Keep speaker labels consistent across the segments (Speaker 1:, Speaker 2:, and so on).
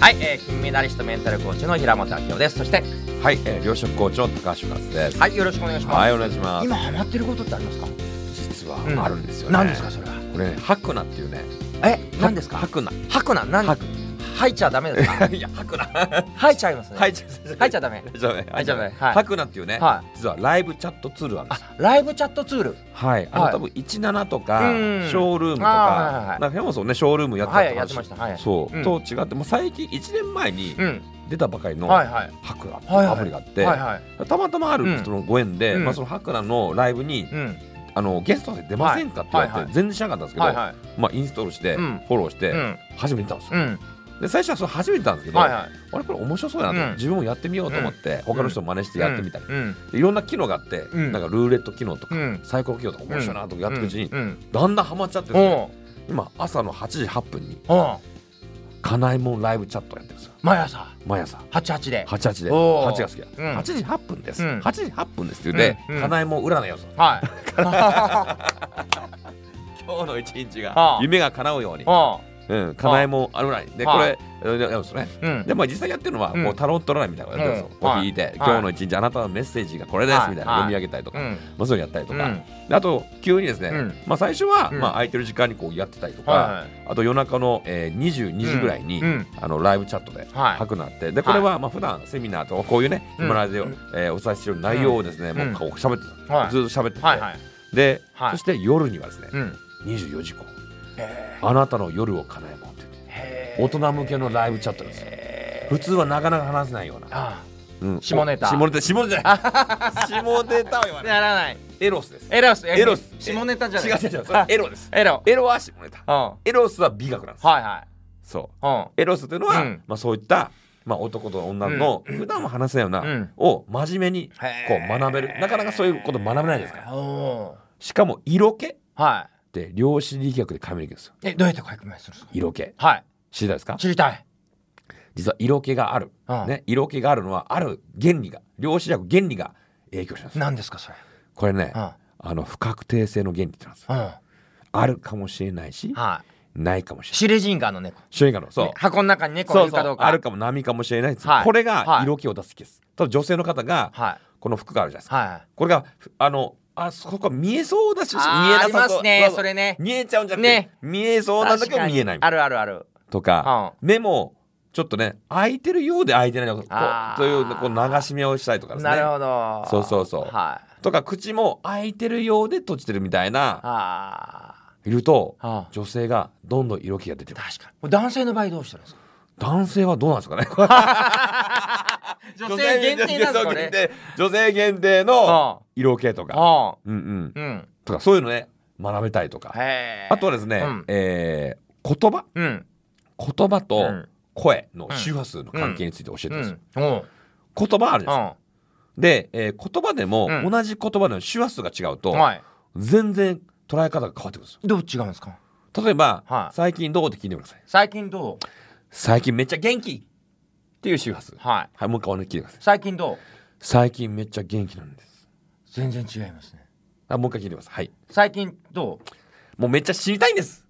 Speaker 1: はい、えー、金メダリストメンタルコーチの平本明夫です。そして、
Speaker 2: はい、えー、両職校長高橋勝です。
Speaker 1: はい、よろしくお願いします。
Speaker 2: はい、お願いします。
Speaker 1: 今ハマってることってありますか。
Speaker 2: 実は
Speaker 1: うん
Speaker 2: あるんですよね。
Speaker 1: 何ですか、それは。
Speaker 2: これね、ハクナっていうね。
Speaker 1: え、何ですか。
Speaker 2: ハクナ。
Speaker 1: 吐くな、なん、
Speaker 2: 吐く
Speaker 1: 吐いちゃダメです か。
Speaker 2: いや、ハクナ。
Speaker 1: 吐いちゃいますね。
Speaker 2: はい、
Speaker 1: い、
Speaker 2: じゃあ、
Speaker 1: 吐いちゃダメ。
Speaker 2: じゃあね、
Speaker 1: はい、じゃあダメ。は
Speaker 2: ハ
Speaker 1: い。
Speaker 2: クナっていうね、
Speaker 1: はい。
Speaker 2: 実はライブチャットツールあるんですよ。
Speaker 1: あ、ライブチャットツール。
Speaker 2: はい、あ
Speaker 1: は
Speaker 2: の
Speaker 1: い
Speaker 2: 多分17とか、
Speaker 1: うん
Speaker 2: ショールームと
Speaker 1: あーはいはいは
Speaker 2: か
Speaker 1: い、
Speaker 2: なんかヘモソンね、ショールームやってた
Speaker 1: は
Speaker 2: と
Speaker 1: い、
Speaker 2: か
Speaker 1: やってました。はい。
Speaker 2: そうう、
Speaker 1: ん
Speaker 2: と違って、もう最近1年前に
Speaker 1: うん。
Speaker 2: 出たばかりの
Speaker 1: はい、はい。
Speaker 2: ハクナってい
Speaker 1: はいうはい
Speaker 2: アプリがあって、
Speaker 1: はい、はい。
Speaker 2: たまたまあ
Speaker 1: う
Speaker 2: る
Speaker 1: ん
Speaker 2: そのご縁で、
Speaker 1: うん
Speaker 2: まあそのハクナのライブに
Speaker 1: うん。
Speaker 2: あのゲストで出ませんかって言われて、
Speaker 1: はいはい
Speaker 2: 全然知らなかったんですけど、
Speaker 1: はい、はい。
Speaker 2: まあ、インストールして、
Speaker 1: うん
Speaker 2: フォローして、
Speaker 1: うん。
Speaker 2: 初めて見たんです
Speaker 1: う
Speaker 2: よ、
Speaker 1: ん。
Speaker 2: で最初はそれ初めて見たんですけど、
Speaker 1: はい、はい。
Speaker 2: あれこれ面白そうやなと、
Speaker 1: うん
Speaker 2: 自分もやってみようと思って、他の人も真似してやってみたり、
Speaker 1: うん。
Speaker 2: でいろんな機能があって、
Speaker 1: うん
Speaker 2: なんかルーレット機能とか、
Speaker 1: うん。
Speaker 2: サイコロ機能とか面白いなとかやってるうちに、
Speaker 1: うん。
Speaker 2: だんだんハマっちゃってですね
Speaker 1: おう。
Speaker 2: 今朝の8時8分に
Speaker 1: おう。
Speaker 2: 「かなえもんライブチャット」やってるんですよ
Speaker 1: 毎朝。
Speaker 2: 毎朝
Speaker 1: 八八で。
Speaker 2: 88で
Speaker 1: おー
Speaker 2: 8が好きや、
Speaker 1: うん
Speaker 2: 8時8分です、
Speaker 1: うん
Speaker 2: 8時8分ですって言って、
Speaker 1: うんうん
Speaker 2: かなえもん占いをする
Speaker 1: はい。
Speaker 2: 今日の一日
Speaker 1: あ
Speaker 2: が
Speaker 1: あ
Speaker 2: 夢が叶うように、
Speaker 1: おう。
Speaker 2: うん、かなえもん占いで
Speaker 1: ああ
Speaker 2: これうんやるんですよね
Speaker 1: うん。
Speaker 2: でまあ実際やってるのは
Speaker 1: うん
Speaker 2: こうタロット占いみたいなのやってるんですよ。
Speaker 1: うん
Speaker 2: こう聞いて今日の一日あなたのメッセージがこれです
Speaker 1: はい
Speaker 2: みたいな
Speaker 1: はい
Speaker 2: 読み上げたりと
Speaker 1: う
Speaker 2: か、
Speaker 1: ん。
Speaker 2: まあそういうのやったりと
Speaker 1: う
Speaker 2: か
Speaker 1: ん。。
Speaker 2: であと急にです
Speaker 1: う
Speaker 2: ね
Speaker 1: ん。
Speaker 2: まあ最初は
Speaker 1: うん
Speaker 2: まあ空いてる時間にこうやってたりとか、
Speaker 1: はい。
Speaker 2: あと夜中のえー22時ぐらいに
Speaker 1: うんうん
Speaker 2: あのライブチャットで。
Speaker 1: はい。
Speaker 2: くなってでこれはまあ普段セミナーとかこういうね
Speaker 1: うん
Speaker 2: 今までおえーお伝えしてる内容をですね
Speaker 1: ん
Speaker 2: もうこう喋って
Speaker 1: は
Speaker 2: た
Speaker 1: い
Speaker 2: ずっと喋って
Speaker 1: はい
Speaker 2: て
Speaker 1: はい。
Speaker 2: で
Speaker 1: はい
Speaker 2: そして夜にはですね
Speaker 1: うん。
Speaker 2: 24時以降
Speaker 1: へ
Speaker 2: あなたの夜を叶えもんって言って
Speaker 1: え
Speaker 2: 大人向けのライブチャットですよ普通はなかなか話せないような
Speaker 1: あ
Speaker 2: うん
Speaker 1: 下ネタ
Speaker 2: お下ネタ下ネタじ ゃない下ネタは言わ
Speaker 1: あ。
Speaker 2: ない
Speaker 1: やらない。
Speaker 2: エロスです
Speaker 1: エロス。
Speaker 2: エロス
Speaker 1: 下ネタじゃない。
Speaker 2: 違う違う違うそれエロです
Speaker 1: エロ。
Speaker 2: エロは下ネタ
Speaker 1: うん。は
Speaker 2: エロスは美学なんで
Speaker 1: い
Speaker 2: す
Speaker 1: はい。
Speaker 2: そう
Speaker 1: うん。
Speaker 2: エロスというのは、
Speaker 1: うん
Speaker 2: まあ、そういった、まあ、男と女の普段も話せないような、
Speaker 1: うん
Speaker 2: を真面目にこ
Speaker 1: へー
Speaker 2: う学べるなかなかそういうこと学べないですから
Speaker 1: お
Speaker 2: しかも色気っ
Speaker 1: ーは
Speaker 2: て量子力学で解明できるんですよ
Speaker 1: い。え、どうやって解決するんですか
Speaker 2: 色気
Speaker 1: はい。
Speaker 2: 知りたいですか
Speaker 1: 知りたい。
Speaker 2: 実は色気がある、
Speaker 1: うん
Speaker 2: ね、色気があるのはある原理が量子力学原理が影響します
Speaker 1: 何ですかそれ。
Speaker 2: これね、
Speaker 1: うん。
Speaker 2: あの不確定性の原理ってなんですよ
Speaker 1: うん。
Speaker 2: あるかもしれないし、
Speaker 1: はい。
Speaker 2: ないかもしれない。
Speaker 1: シュレジンガーの猫。
Speaker 2: 主演がの、そう。
Speaker 1: ね箱の中に猫がい
Speaker 2: そう
Speaker 1: る
Speaker 2: そ
Speaker 1: かど
Speaker 2: う
Speaker 1: うか。
Speaker 2: あるかも波かもしれないです、
Speaker 1: はい
Speaker 2: これが色気を出す気です、ただ女性の方が
Speaker 1: はい。
Speaker 2: この服があるじゃないですか、
Speaker 1: はい。
Speaker 2: これがふあのあそこが見えそうだし見え
Speaker 1: あーあ
Speaker 2: な
Speaker 1: り
Speaker 2: さ
Speaker 1: ま
Speaker 2: そう
Speaker 1: すね
Speaker 2: う。う
Speaker 1: それね。
Speaker 2: 見えちゃうんじゃなくて、
Speaker 1: ね
Speaker 2: 見えそうなんだ
Speaker 1: 確
Speaker 2: けど
Speaker 1: かに
Speaker 2: 見えない
Speaker 1: あるあるある。
Speaker 2: とか、
Speaker 1: う
Speaker 2: 目もちょっとね開いてるようで開いてないようこ
Speaker 1: あー
Speaker 2: うというこう流し目をしたりとかですね
Speaker 1: なるほど。
Speaker 2: そうそうそう
Speaker 1: はい。
Speaker 2: とか口も開いてるようで閉じてるみたいな
Speaker 1: あ
Speaker 2: いると
Speaker 1: あ。うん。
Speaker 2: 女性がどんどん色気が出てくる
Speaker 1: 確かに。これ男性の場合どうしてるんですか
Speaker 2: 男性はどうなんですかね
Speaker 1: 女性限定なんですかね。
Speaker 2: 女性限定の
Speaker 1: あ
Speaker 2: 色気とか、
Speaker 1: あ。
Speaker 2: うんうん、
Speaker 1: うん。
Speaker 2: とかそういうのね学べたりとか、
Speaker 1: へえ。
Speaker 2: あとはですね、
Speaker 1: うん
Speaker 2: えー言葉
Speaker 1: うん。
Speaker 2: 言葉
Speaker 1: う
Speaker 2: と
Speaker 1: ん。
Speaker 2: 声の周波数の関係について教えてるんですよ、
Speaker 1: うん。おう
Speaker 2: 言葉あるじゃないですか、
Speaker 1: う
Speaker 2: で、えー言葉でも、
Speaker 1: うん
Speaker 2: 同じ言葉でも周波数が違うと、
Speaker 1: ん。はい。
Speaker 2: 全然捉え方が変わってくるんです
Speaker 1: どう違うんですか
Speaker 2: よ例えば、
Speaker 1: はい
Speaker 2: 最近どうって聞いてください
Speaker 1: 最近どう
Speaker 2: 最近めっちゃ元気っていう周波数
Speaker 1: はい。
Speaker 2: はいもう一回お願い聞いてください
Speaker 1: 最近どう
Speaker 2: 最近めっちゃ元気なんです
Speaker 1: 全然違いますね。
Speaker 2: あもう一回聞いてくださいはい
Speaker 1: 最近どう
Speaker 2: もうめっちゃ知りたいんです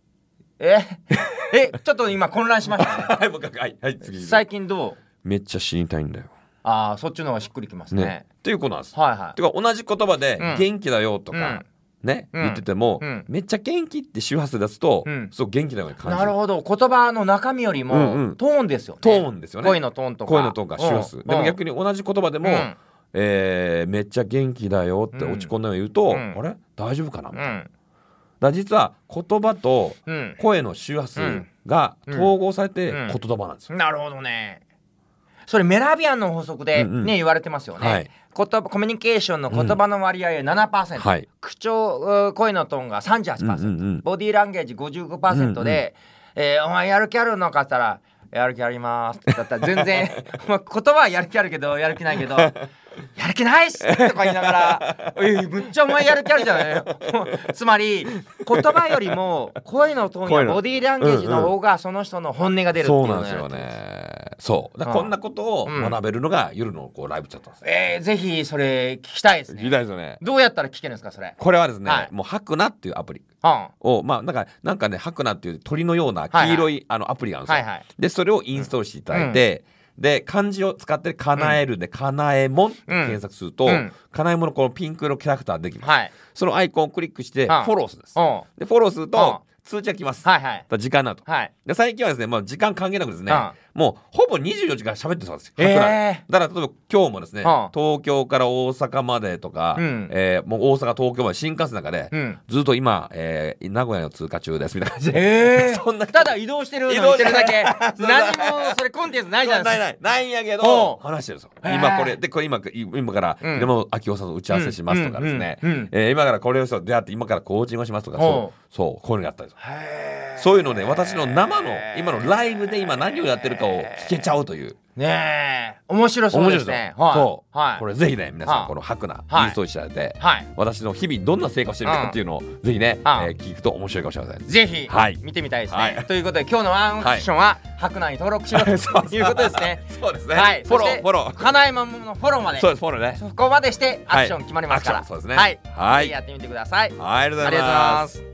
Speaker 1: え え、ちょっと今混乱しましたね。
Speaker 2: はい、もう一回、はい、はい、次。
Speaker 1: 最近どう
Speaker 2: めっちゃ死にたいんだよ。
Speaker 1: ああ、そっちの方がしっくりきますね
Speaker 2: ね。。っていうことなんです。
Speaker 1: はいは
Speaker 2: てか、同じ言葉で
Speaker 1: うん、
Speaker 2: 元気だよと
Speaker 1: い。
Speaker 2: か、ね、
Speaker 1: うん
Speaker 2: 言ってても
Speaker 1: うん、
Speaker 2: めっちゃ元気って周波数出すと
Speaker 1: うん、
Speaker 2: そう、元気なように
Speaker 1: うん
Speaker 2: 感じ
Speaker 1: なるほど。言葉の中身より
Speaker 2: うんう
Speaker 1: も
Speaker 2: ん
Speaker 1: トーンですよね。
Speaker 2: トーンですよね。
Speaker 1: 声のトーンとか。
Speaker 2: 声のトーンが周波数。
Speaker 1: うん
Speaker 2: でも逆に同じ言葉でも
Speaker 1: う、ん
Speaker 2: えーめっちゃ元気だよって落ち込んだように言うと、
Speaker 1: うん
Speaker 2: あれ大丈夫かな
Speaker 1: う
Speaker 2: だか
Speaker 1: ん。
Speaker 2: ら実は言葉と
Speaker 1: うん。
Speaker 2: 声の周波数が
Speaker 1: うん
Speaker 2: 統合されて
Speaker 1: うん
Speaker 2: 言霊なんですよ。
Speaker 1: なるほどね。それメラビアンの法則でね、
Speaker 2: うんうん
Speaker 1: 言われてますよね。
Speaker 2: はい
Speaker 1: 言葉コミュニケーションの言葉の割合は7%、
Speaker 2: はい。
Speaker 1: 口調うー声のトーンが38%、
Speaker 2: うんうんうん
Speaker 1: ボディーランゲージ55%で、えーお前やる気あるのかって言ったら「やる気あります」って言ったら全 然お前言葉はやる気あるけどやる気ないけど「やる気ないっす!」とか言いながら「えむっちゃお前やる気あるじゃないよ」つまり言葉よりも声のトーン
Speaker 2: 声
Speaker 1: や
Speaker 2: の
Speaker 1: ボディーランゲージの方がその人の本音が出るっていう
Speaker 2: そう
Speaker 1: の
Speaker 2: なん
Speaker 1: を
Speaker 2: です
Speaker 1: やる
Speaker 2: よね。そうだから
Speaker 1: うん
Speaker 2: こんなことを学べるのが夜のこうライブチャットなんですね
Speaker 1: えー、ぜひそれ聞きたいです
Speaker 2: 聞
Speaker 1: ね
Speaker 2: きたいですよね
Speaker 1: どうやったら聞けるんですかそれ
Speaker 2: これはですね、
Speaker 1: はい
Speaker 2: もうハクナっていうアプ
Speaker 1: う
Speaker 2: リ
Speaker 1: んは
Speaker 2: をまあなんかなんかねハクナっていう鳥のような黄色い、あのアプリがあるん
Speaker 1: い
Speaker 2: ですよ、
Speaker 1: はい
Speaker 2: でそれをインストールしていただいて、で漢字を使って「かなえる」で「かなえもん」って検索すると、
Speaker 1: うん
Speaker 2: かなえもんのこのピンク色キャラクターできます、
Speaker 1: はい
Speaker 2: そのアイコンをクリックしてフ
Speaker 1: はい
Speaker 2: ォローするんです、
Speaker 1: うん
Speaker 2: でフォローすると
Speaker 1: う
Speaker 2: 通知が来ます、
Speaker 1: はいはい
Speaker 2: だから時間なと
Speaker 1: はい
Speaker 2: で最近はですね、まあ、時間関係なくですね、
Speaker 1: うん
Speaker 2: もうほぼ24時間喋ってそうなんですよ、
Speaker 1: えー
Speaker 2: ハクナでだから例えば今日もですね、
Speaker 1: うん
Speaker 2: 東京から大阪までとか、
Speaker 1: うん
Speaker 2: えーもう大阪東京まで新幹線の中で、
Speaker 1: うん
Speaker 2: ずっと今、えー名古屋の通過中ですみたいな感じで、
Speaker 1: ええ
Speaker 2: そんな
Speaker 1: ただ移動してるの
Speaker 2: 移
Speaker 1: に
Speaker 2: 動
Speaker 1: 言ってるだけ
Speaker 2: そうだ
Speaker 1: 何もそれコンテンツないじゃない
Speaker 2: な
Speaker 1: で
Speaker 2: い
Speaker 1: すか
Speaker 2: ないないんやけ
Speaker 1: お
Speaker 2: ど
Speaker 1: う
Speaker 2: 話してるんですよ
Speaker 1: へー
Speaker 2: 今これでこれ今今から
Speaker 1: うん
Speaker 2: でも明夫さんと打ち合わせしますとかですね
Speaker 1: うんうんうんうん
Speaker 2: えー今からこれをそう出会って今からコーチングをしますとか
Speaker 1: お
Speaker 2: そううそうこういうのがあったんです
Speaker 1: へー
Speaker 2: そういうので私の生の今のライブで今何をやってるかを聞けちゃうという
Speaker 1: ねえ面白そう
Speaker 2: 面白
Speaker 1: で
Speaker 2: い
Speaker 1: す
Speaker 2: で
Speaker 1: ね
Speaker 2: すよそう
Speaker 1: はい
Speaker 2: これぜひね皆さ
Speaker 1: は
Speaker 2: ん
Speaker 1: い
Speaker 2: この「ハクナ」
Speaker 1: はい
Speaker 2: インストールしていただいて
Speaker 1: はい
Speaker 2: 私の日々どんな成果をしてるかっていうのをぜひねえ
Speaker 1: うん
Speaker 2: ー聞くと面白いかもしれま せん
Speaker 1: ぜひ
Speaker 2: はい
Speaker 1: 見てみたいですね、
Speaker 2: はい
Speaker 1: ということで今日のワンアクションは白内に登録しろと
Speaker 2: そう
Speaker 1: いうことですね
Speaker 2: そうですね
Speaker 1: はい
Speaker 2: フォローフォロー
Speaker 1: 花山のフォローまで
Speaker 2: そう
Speaker 1: そ
Speaker 2: ですフォローね
Speaker 1: こまでしてアクション
Speaker 2: はい
Speaker 1: 決まりますから、
Speaker 2: アクションそうですね
Speaker 1: はい、
Speaker 2: はい
Speaker 1: ぜひやってみてください
Speaker 2: はいありがとう
Speaker 1: あ
Speaker 2: ご
Speaker 1: りがとうござ
Speaker 2: ざい
Speaker 1: い
Speaker 2: ま
Speaker 1: ますす